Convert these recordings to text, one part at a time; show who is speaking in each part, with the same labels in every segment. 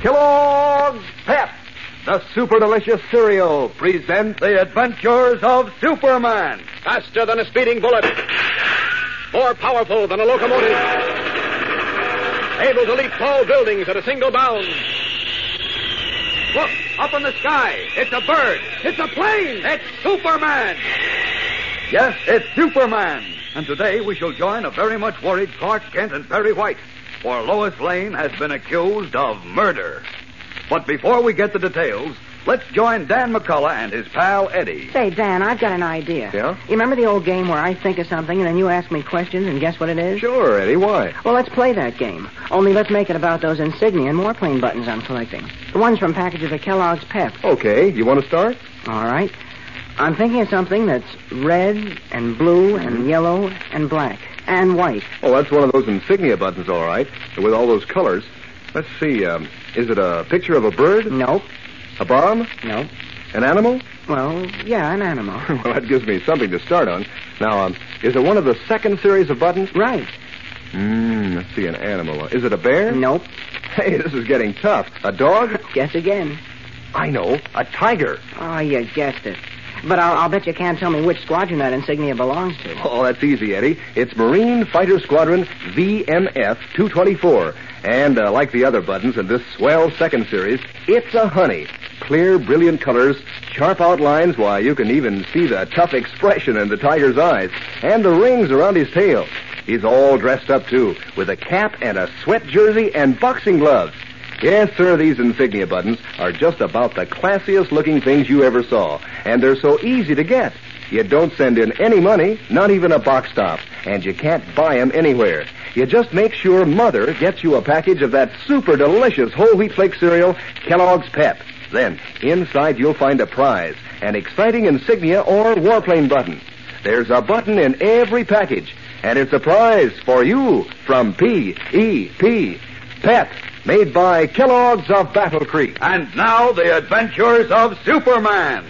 Speaker 1: Kellogg's Pep, the super delicious cereal, presents the adventures of Superman.
Speaker 2: Faster than a speeding bullet. More powerful than a locomotive. Able to leap tall buildings at a single bound.
Speaker 1: Look, up in the sky, it's a bird, it's a plane, it's Superman. Yes, it's Superman. And today we shall join a very much worried Clark Kent and Perry White, for Lois Lane has been accused of murder. But before we get the details, let's join Dan McCullough and his pal Eddie.
Speaker 3: Say, Dan, I've got an idea.
Speaker 1: Yeah?
Speaker 3: You remember the old game where I think of something and then you ask me questions and guess what it is?
Speaker 1: Sure, Eddie, why?
Speaker 3: Well, let's play that game. Only let's make it about those insignia and warplane buttons I'm collecting. The ones from packages of Kellogg's Pep.
Speaker 1: Okay, you want to start?
Speaker 3: All right. I'm thinking of something that's red and blue and yellow and black and white.
Speaker 1: Oh, that's one of those insignia buttons, all right, with all those colors. Let's see, um, is it a picture of a bird,
Speaker 3: Nope.
Speaker 1: a bomb,
Speaker 3: Nope.
Speaker 1: an animal?
Speaker 3: Well, yeah, an animal.
Speaker 1: Well, that gives me something to start on. Now, um, is it one of the second series of buttons?
Speaker 3: right.
Speaker 1: Mmm, let's see, an animal. Is it a bear?
Speaker 3: Nope.
Speaker 1: Hey, this is getting tough. A dog?
Speaker 3: Guess again.
Speaker 1: I know, a tiger.
Speaker 3: Oh, you guessed it. But I'll, I'll bet you can't tell me which squadron that insignia belongs to.
Speaker 1: Oh, that's easy, Eddie. It's Marine Fighter Squadron VMF 224. And uh, like the other buttons in this swell second series, it's a honey. Clear, brilliant colors, sharp outlines, why, you can even see the tough expression in the tiger's eyes, and the rings around his tail. He's all dressed up, too, with a cap and a sweat jersey and boxing gloves. Yes, sir, these insignia buttons are just about the classiest looking things you ever saw, and they're so easy to get. You don't send in any money, not even a box top, and you can't buy 'em anywhere. You just make sure Mother gets you a package of that super delicious whole wheat flake cereal, Kellogg's Pep. Then, inside you'll find a prize, an exciting insignia or warplane button. There's a button in every package, and it's a prize for you from E P.E.P. Pep, made by Kellogg's of Battle Creek. And now, the adventures of Superman.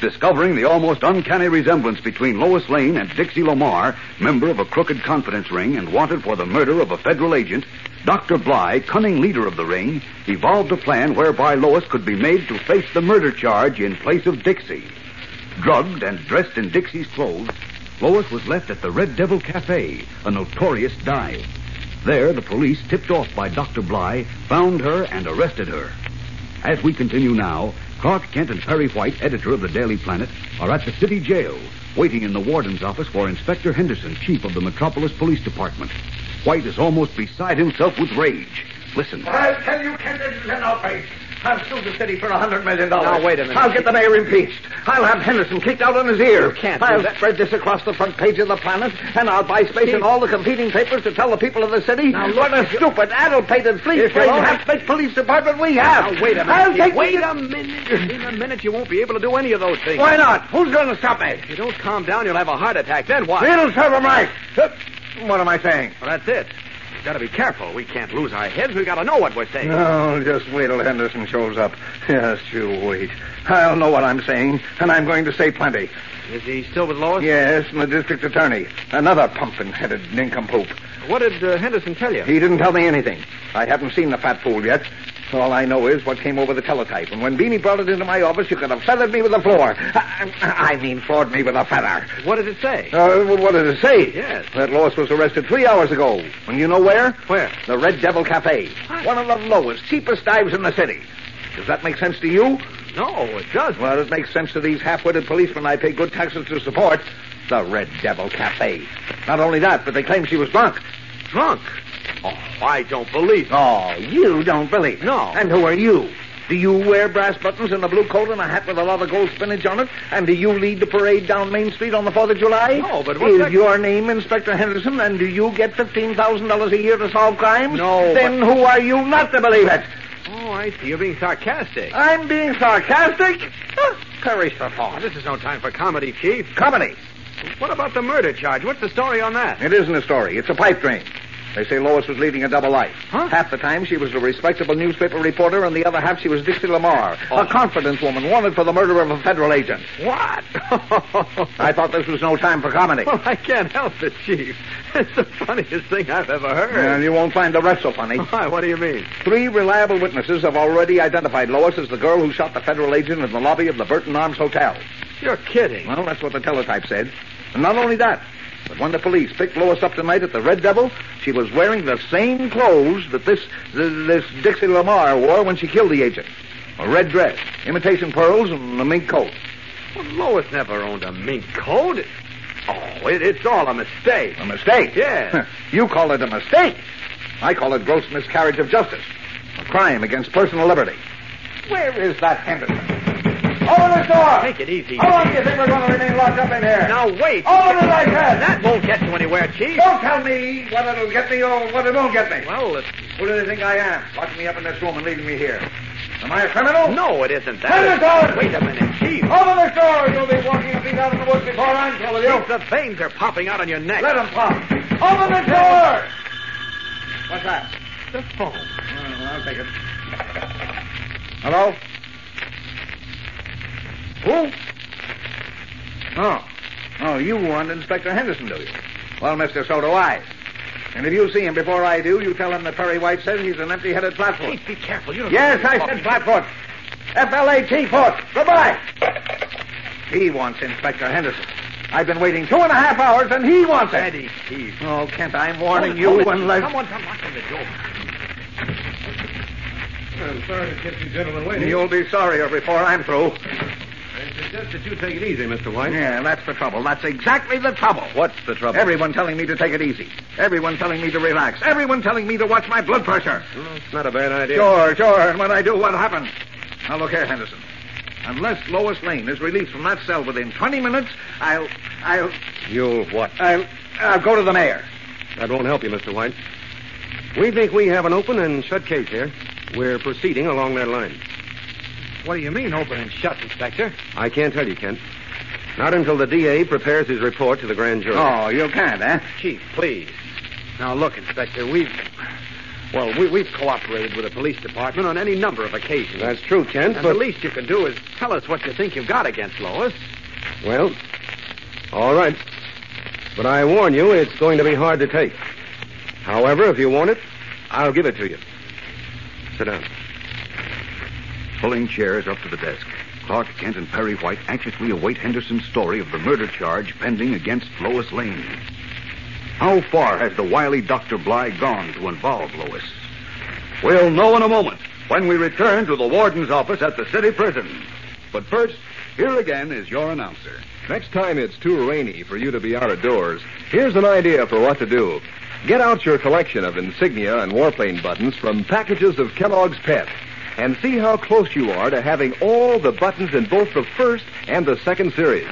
Speaker 1: Discovering the almost uncanny resemblance between Lois Lane and Dixie Lamar, member of a crooked confidence ring and wanted for the murder of a federal agent, Dr. Bly, cunning leader of the ring, evolved a plan whereby Lois could be made to face the murder charge in place of Dixie. Drugged and dressed in Dixie's clothes, Lois was left at the Red Devil Cafe, a notorious dive. There, the police, tipped off by Dr. Bly, found her and arrested her. As we continue now, Clark Kent and Perry White, editor of the Daily Planet, are at the city jail, waiting in the warden's office for Inspector Henderson, chief of the Metropolis Police Department. White is almost beside himself with rage. Listen.
Speaker 4: I'll tell you, Kent, this is an outrage. I'll sue the city for a hundred million dollars.
Speaker 5: Now, wait a minute.
Speaker 4: I'll get the mayor impeached. I'll have Henderson kicked out on his ear.
Speaker 5: You can't do
Speaker 4: I'll
Speaker 5: that.
Speaker 4: spread this across the front page of the Planet, and I'll buy space in all the competing papers to tell the people of the city
Speaker 5: Now, look,
Speaker 4: what a
Speaker 5: if you-
Speaker 4: stupid, addle-pated,
Speaker 5: If you'll
Speaker 4: fleet-fleet,
Speaker 5: only-
Speaker 4: half-baked police department we have.
Speaker 5: Now, wait a minute.
Speaker 4: I'll take
Speaker 5: wait
Speaker 4: the-
Speaker 5: a minute. In a minute, you won't be able to do any of those things.
Speaker 4: Why not? Who's going to stop me?
Speaker 5: If you don't calm down, you'll have a heart attack. Then what?
Speaker 4: It'll serve 'em right. Huh. What am I saying?
Speaker 5: Well, that's it. We've got to be careful. We can't lose our heads. We've got to know what we're saying.
Speaker 4: No, just wait till Henderson shows up. Yes, you wait. I'll know what I'm saying, and I'm going to say plenty.
Speaker 5: Is he still with Lois?
Speaker 4: Yes, and the district attorney. Another pumpkin-headed nincompoop.
Speaker 5: What did uh, Henderson tell you?
Speaker 4: He didn't tell me anything. I haven't seen the fat fool yet. All I know is what came over the teletype. And when Beanie brought it into my office, you could have feathered me with a floor. I, I mean, floored me with a feather.
Speaker 5: What did it say?
Speaker 4: Uh, what did it say?
Speaker 5: Yes.
Speaker 4: That Lois was arrested three hours ago. And you know where?
Speaker 5: Where?
Speaker 4: The Red Devil Cafe. One of the lowest, cheapest dives in the city. Does that make sense to you?
Speaker 5: No, it doesn't.
Speaker 4: Well, it makes sense to these half-witted policemen I pay good taxes to support. The Red Devil Cafe. Not only that, but they claim she was drunk.
Speaker 5: Drunk. Oh, I don't believe it.
Speaker 4: Oh, you don't believe.
Speaker 5: No.
Speaker 4: And who are you?
Speaker 1: Do you wear brass buttons and a blue coat and a hat with a lot of gold spinach on it? And do you lead the parade down Main Street on the 4th of July?
Speaker 5: No, but what's
Speaker 1: Is
Speaker 5: that-
Speaker 1: your name Inspector Henderson, and do you get $15,000 a year to solve crimes?
Speaker 5: No,
Speaker 1: Then who are you not to believe it?
Speaker 5: Oh, I see. You're being sarcastic.
Speaker 1: I'm being sarcastic? Huh, perish the
Speaker 5: Oh,
Speaker 1: thought.
Speaker 5: this is no time for comedy, Chief.
Speaker 1: Comedy.
Speaker 5: What about the murder charge? What's the story on that?
Speaker 1: It isn't a story. It's a pipe dream. They say Lois was leading a double life.
Speaker 5: Huh?
Speaker 1: Half the time she was a respectable newspaper reporter, and the other half she was Dixie Lamar,
Speaker 5: Oh.
Speaker 1: a confidence woman wanted for the murder of a federal agent.
Speaker 5: What?
Speaker 1: I thought this was no time for comedy.
Speaker 5: Well, I can't help it, Chief. It's the funniest thing I've ever
Speaker 1: And
Speaker 5: heard.
Speaker 1: you won't find the rest so funny.
Speaker 5: Why? What do you mean?
Speaker 1: Three reliable witnesses have already identified Lois as the girl who shot the federal agent in the lobby of the Burton Arms Hotel.
Speaker 5: You're kidding.
Speaker 1: Well, that's what the teletype said. And not only that, but when the police picked Lois up tonight at the Red Devil, she was wearing the same clothes that this th- this Dixie Lamar wore when she killed the agent. A red dress, imitation pearls, and a mink coat.
Speaker 5: Well, Lois never owned a mink coat. Oh, it, it's all a mistake.
Speaker 1: A mistake.
Speaker 5: Yes.
Speaker 1: you call it a mistake. I call it gross miscarriage of justice. A crime against personal liberty. Where is that Henderson? Open the door!
Speaker 5: Take it easy.
Speaker 1: How long do you think we're going to remain locked up in here?
Speaker 5: Now wait.
Speaker 1: Open it like that!
Speaker 5: That won't get you anywhere, Chief.
Speaker 1: Don't tell me what it'll get me or what it won't get me.
Speaker 5: Well, it's...
Speaker 1: Who do they think I am? Locking me up in this room and leaving me here. Am I a criminal?
Speaker 5: no, it isn't
Speaker 1: Turn
Speaker 5: that.
Speaker 1: it on!
Speaker 5: Wait a minute, Chief.
Speaker 1: Open the door! You'll be walking up and down in the woods before Oh. I'm through with you.
Speaker 5: Chief, the veins are popping out on your neck.
Speaker 1: Let him pop. Open the door! What's that?
Speaker 5: the phone.
Speaker 1: Well, Uh, I'll take it. Hello? Who? Oh. Oh, you want Inspector Henderson, do you? Well, mister, so do I. And if you see him before I do, you tell him that Perry White says he's an empty-headed flatfoot.
Speaker 5: Chief, be careful. You don't
Speaker 1: Yes, I said flatfoot. F-L-A-T foot. Goodbye. He wants Inspector Henderson. I've been waiting two and a half hours, and he wants it.
Speaker 5: Eddie, Chief.
Speaker 1: Oh, Kent, I'm
Speaker 5: Hold
Speaker 1: warning
Speaker 5: it,
Speaker 1: you
Speaker 5: hold it, Chief.
Speaker 1: unless...
Speaker 5: Someone's unlocking the door.
Speaker 6: I'm sorry to keep you gentlemen waiting.
Speaker 1: You'll be sorrier before I'm through.
Speaker 6: I suggest that you take it easy, Mr. White.
Speaker 1: Yeah, that's the trouble. That's exactly the trouble. What's the trouble? Everyone telling me to take it easy. Everyone telling me to relax. Everyone telling me to watch my blood pressure.
Speaker 6: Well, it's not a bad idea.
Speaker 1: Sure, sure. And when I do, what happens? Now look here, Henderson. Unless Lois Lane is released from that cell within 20 minutes, I'll, I'll,
Speaker 6: You'll what?
Speaker 1: I'll, I'll go to the mayor.
Speaker 6: That won't help you, Mr. White. We think we have an open and shut case here. We're proceeding along that line.
Speaker 5: What do you mean, open and shut, Inspector?
Speaker 6: I can't tell you, Kent. Not until the DA prepares his report to the grand jury.
Speaker 1: Oh, you can't, eh?
Speaker 5: Chief, please. Now, look, Inspector, we've. Well, we, we've cooperated with the police department on any number of occasions.
Speaker 6: That's true, Kent,
Speaker 5: and
Speaker 6: but...
Speaker 5: the least you can do is tell us what you think you've got against Lois.
Speaker 6: Well, all right. But I warn you, it's going to be hard to take. However, if you want it, I'll give it to you. Sit down.
Speaker 7: Pulling chairs up to the desk, Clark Kent and Perry White anxiously await Henderson's story of the murder charge pending against Lois Lane. How far has the wily Dr. Bly gone to involve Lois? We'll know in a moment when we return to the warden's office at the city prison. But first, here again is your announcer.
Speaker 8: Next time it's too rainy for you to be out of doors, here's an idea for what to do. Get out your collection of insignia and warplane buttons from packages of Kellogg's Pet and see how close you are to having all the buttons in both the first and the second series.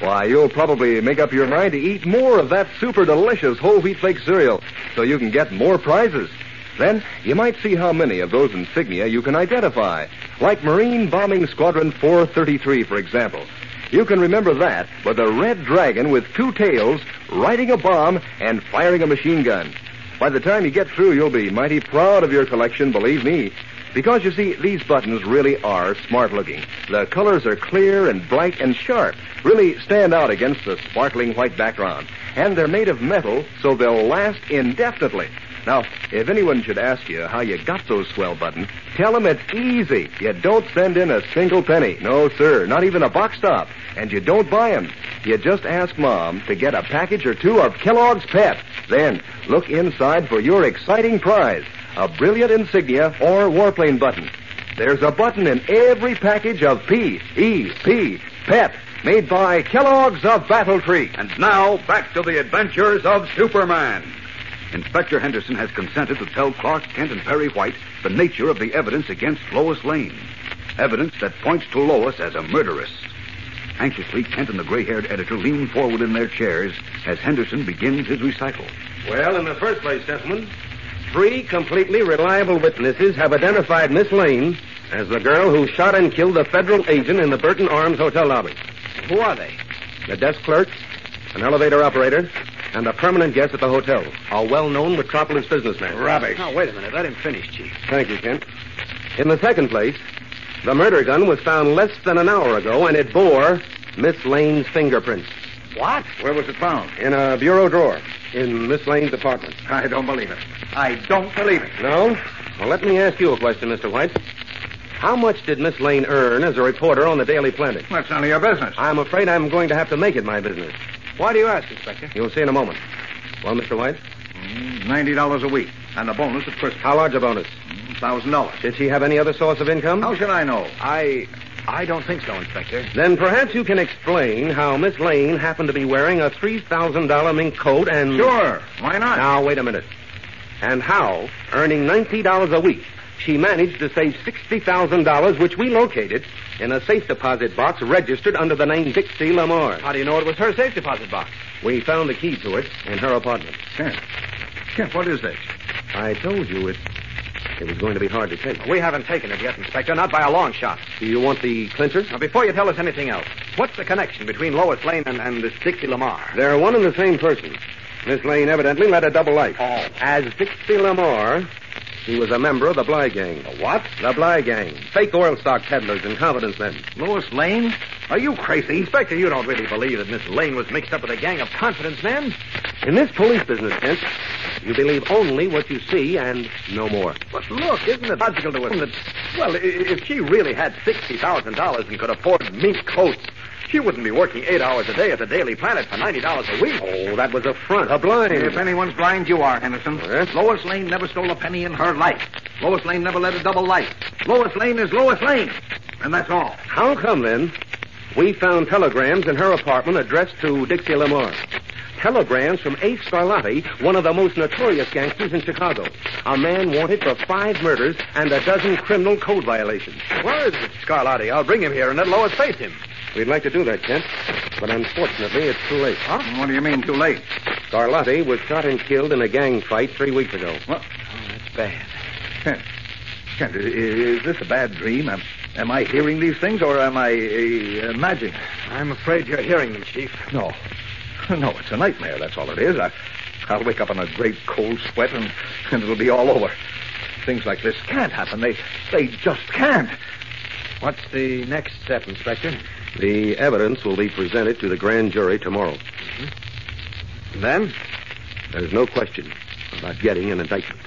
Speaker 8: Why, you'll probably make up your mind to eat more of that super delicious whole wheat flake cereal so you can get more prizes. Then you might see how many of those insignia you can identify, like Marine Bombing Squadron 433, for example. You can remember that with a red dragon with two tails, riding a bomb, and firing a machine gun. By the time you get through, you'll be mighty proud of your collection, believe me. Because you see, these buttons really are smart looking. The colors are clear and bright and sharp, really stand out against the sparkling white background. And they're made of metal, so they'll last indefinitely. Now, if anyone should ask you how you got those swell buttons, tell them it's easy. You don't send in a single penny. No, sir, not even a box top. And you don't buy them. You just ask Mom to get a package or two of Kellogg's Pet. Then, look inside for your exciting prize a brilliant insignia or warplane button. There's a button in every package of E P.E.P. Pet, made by Kellogg's of Battle Creek.
Speaker 7: And now, back to the adventures of Superman. Inspector Henderson has consented to tell Clark Kent and Perry White the nature of the evidence against Lois Lane.
Speaker 1: evidence that points to Lois as a murderess. Anxiously, Kent and the gray haired editor lean forward in their chairs as Henderson begins his recital.
Speaker 5: Well, in the first place, gentlemen, three completely reliable
Speaker 6: Witnesses have identified Miss Lane as the girl who shot and killed the federal agent in the Burton Arms hotel lobby.
Speaker 5: Who are they?
Speaker 6: The desk clerk, an elevator operator, and a permanent guest at the hotel, a well-known Metropolis businessman.
Speaker 1: Rubbish.
Speaker 5: Now, wait a minute. Let him finish, Chief.
Speaker 6: Thank you, Kent. In the second place, the murder gun was found less than an hour ago, and it bore Miss Lane's fingerprints
Speaker 5: What?
Speaker 1: Where was it found?
Speaker 6: in a bureau drawer in Miss Lane's apartment.
Speaker 1: I don't believe it. I don't believe it.
Speaker 6: No? Well, let me ask you a question, Mr. White. How much did Miss Lane earn as a reporter on the Daily Planet?
Speaker 1: That's none of your business.
Speaker 6: I'm afraid I'm going to have to make it my business.
Speaker 5: Uh, Why do you ask, Inspector?
Speaker 6: You'll see in a moment. Well, Mr. White,
Speaker 1: Mm, Ninety dollars a week, and a bonus at Christmas.
Speaker 6: how large a bonus?
Speaker 1: Thousand dollars.
Speaker 6: Did she have any other source of income?
Speaker 1: How should I know?
Speaker 5: I. I don't think so, Inspector.
Speaker 6: Then perhaps you can explain how Miss Lane happened to be wearing a $3,000 mink coat and.
Speaker 1: Sure. Why not?
Speaker 6: Now, wait a minute. And how, earning $90 a week, she managed to save $60,000, which we located in a safe deposit box registered under the name Dixie Lamar.
Speaker 5: How do you know it was her safe deposit box?
Speaker 6: We found the key to it in her apartment.
Speaker 1: Kent. Kent, what is this?
Speaker 6: I told you it, it was going to be hard to take.
Speaker 5: We haven't taken it yet, Inspector, not by a long shot.
Speaker 6: Do you want the clincher?
Speaker 5: Now, before you tell us anything else, what's the connection between Lois Lane and, and this Dixie Lamar?
Speaker 6: They're one and the same person. Miss Lane evidently led a double life.
Speaker 5: Oh.
Speaker 6: As Dixie Lamar, she was a member of the Bly Gang.
Speaker 1: What?
Speaker 6: The Bly Gang. Fake oil stock peddlers and confidence men.
Speaker 1: Lois Lane? Are you crazy?
Speaker 5: Inspector, you don't really believe that Miss Lane was mixed up with a gang of confidence men?
Speaker 6: In this police business, Kent, you believe only what you see and no more.
Speaker 5: But look, isn't it logical to assume that, well, i- if she really had $60,000 and could afford mink coats, she wouldn't be working eight hours a day at the Daily Planet for $90 a week.
Speaker 6: Oh, that was a front, a blind.
Speaker 1: If anyone's blind, you are, Henderson.
Speaker 6: Yes?
Speaker 1: Lois Lane never stole a penny in her life. Lois Lane never led a double life. Lois Lane is Lois Lane. And that's all.
Speaker 6: How come then? We found telegrams in her apartment addressed to Dixie Lamar. Telegrams from Ace Scarlatti, one of the most notorious gangsters in Chicago. A man wanted for five murders and a dozen criminal code violations.
Speaker 5: Where is it, Scarlatti? I'll bring him here and let Lois face him.
Speaker 6: We'd like to do that, Kent, but unfortunately it's too late.
Speaker 1: What do you mean, too late?
Speaker 6: Scarlatti was shot and killed in a gang fight three weeks ago. Oh,
Speaker 5: That's bad.
Speaker 1: Kent, Kent, i- i- is this a bad dream? Am, am I hearing these things or am I uh, imagining?
Speaker 5: I'm afraid you're hearing them, Chief.
Speaker 1: No. No, it's a nightmare, that's all it is. I, I'll wake up in a great cold sweat and, and it'll be all over. Things like this can't happen. They, they just can't.
Speaker 5: What's the next step, Inspector?
Speaker 6: The evidence will be presented to the grand jury tomorrow.
Speaker 5: Then?
Speaker 6: There's no question about getting an indictment.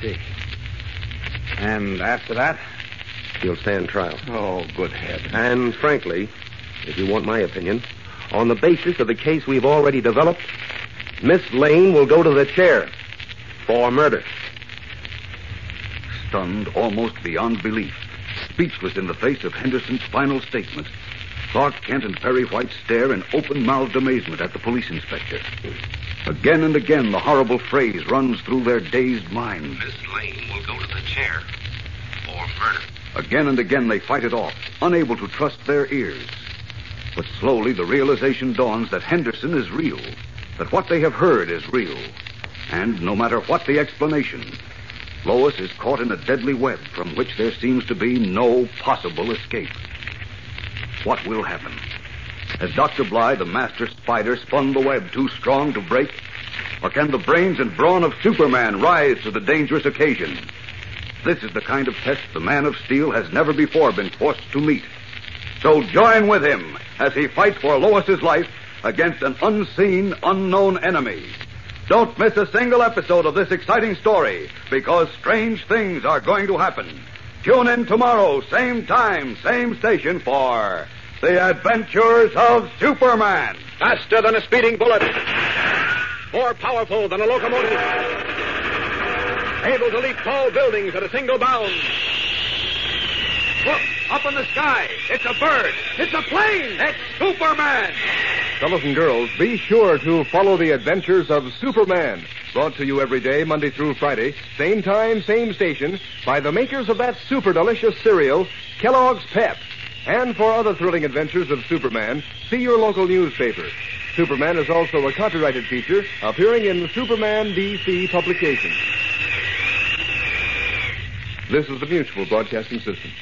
Speaker 5: See. And after that?
Speaker 6: You'll stand trial.
Speaker 1: Oh, good heavens.
Speaker 6: And frankly, if you want my opinion, on the basis of the case we've already developed, Miss Lane will go to the chair for murder.
Speaker 1: Stunned almost beyond belief, speechless in the face of Henderson's final statement, Clark Kent and Perry White stare in open mouthed amazement at the police inspector. Again and again, the horrible phrase runs through their dazed minds.
Speaker 9: Miss Lane will go to the chair for murder.
Speaker 1: Again and again, they fight it off, unable to trust their ears. But slowly, the realization dawns that Henderson is real, that what they have heard is real. And no matter what the explanation, Lois is caught in a deadly web from which there seems to be no possible escape. What will happen? Has Dr. Bly, the master spider, spun the web too strong to break? Or can the brains and brawn of Superman rise to the dangerous occasion? This is the kind of test the Man of Steel has never before been forced to meet. So join with him as he fights for Lois's life against an unseen, unknown enemy. Don't miss a single episode of this exciting story because strange things are going to happen. Tune in tomorrow, same time, same station for The Adventures of Superman.
Speaker 2: Faster than a speeding bullet. More powerful than a locomotive. Able to leap tall buildings at a single bound. Look, up in the sky. It's a bird. It's a plane. It's Superman.
Speaker 8: Fellows and girls, be sure to follow the adventures of Superman
Speaker 1: Brought to you every day, Monday through Friday, same time, same station, by the makers of that super delicious cereal, Kellogg's Pep. And for other thrilling adventures of Superman, see your local newspaper. Superman is also a copyrighted feature appearing in Superman DC publications. This is the Mutual Broadcasting System.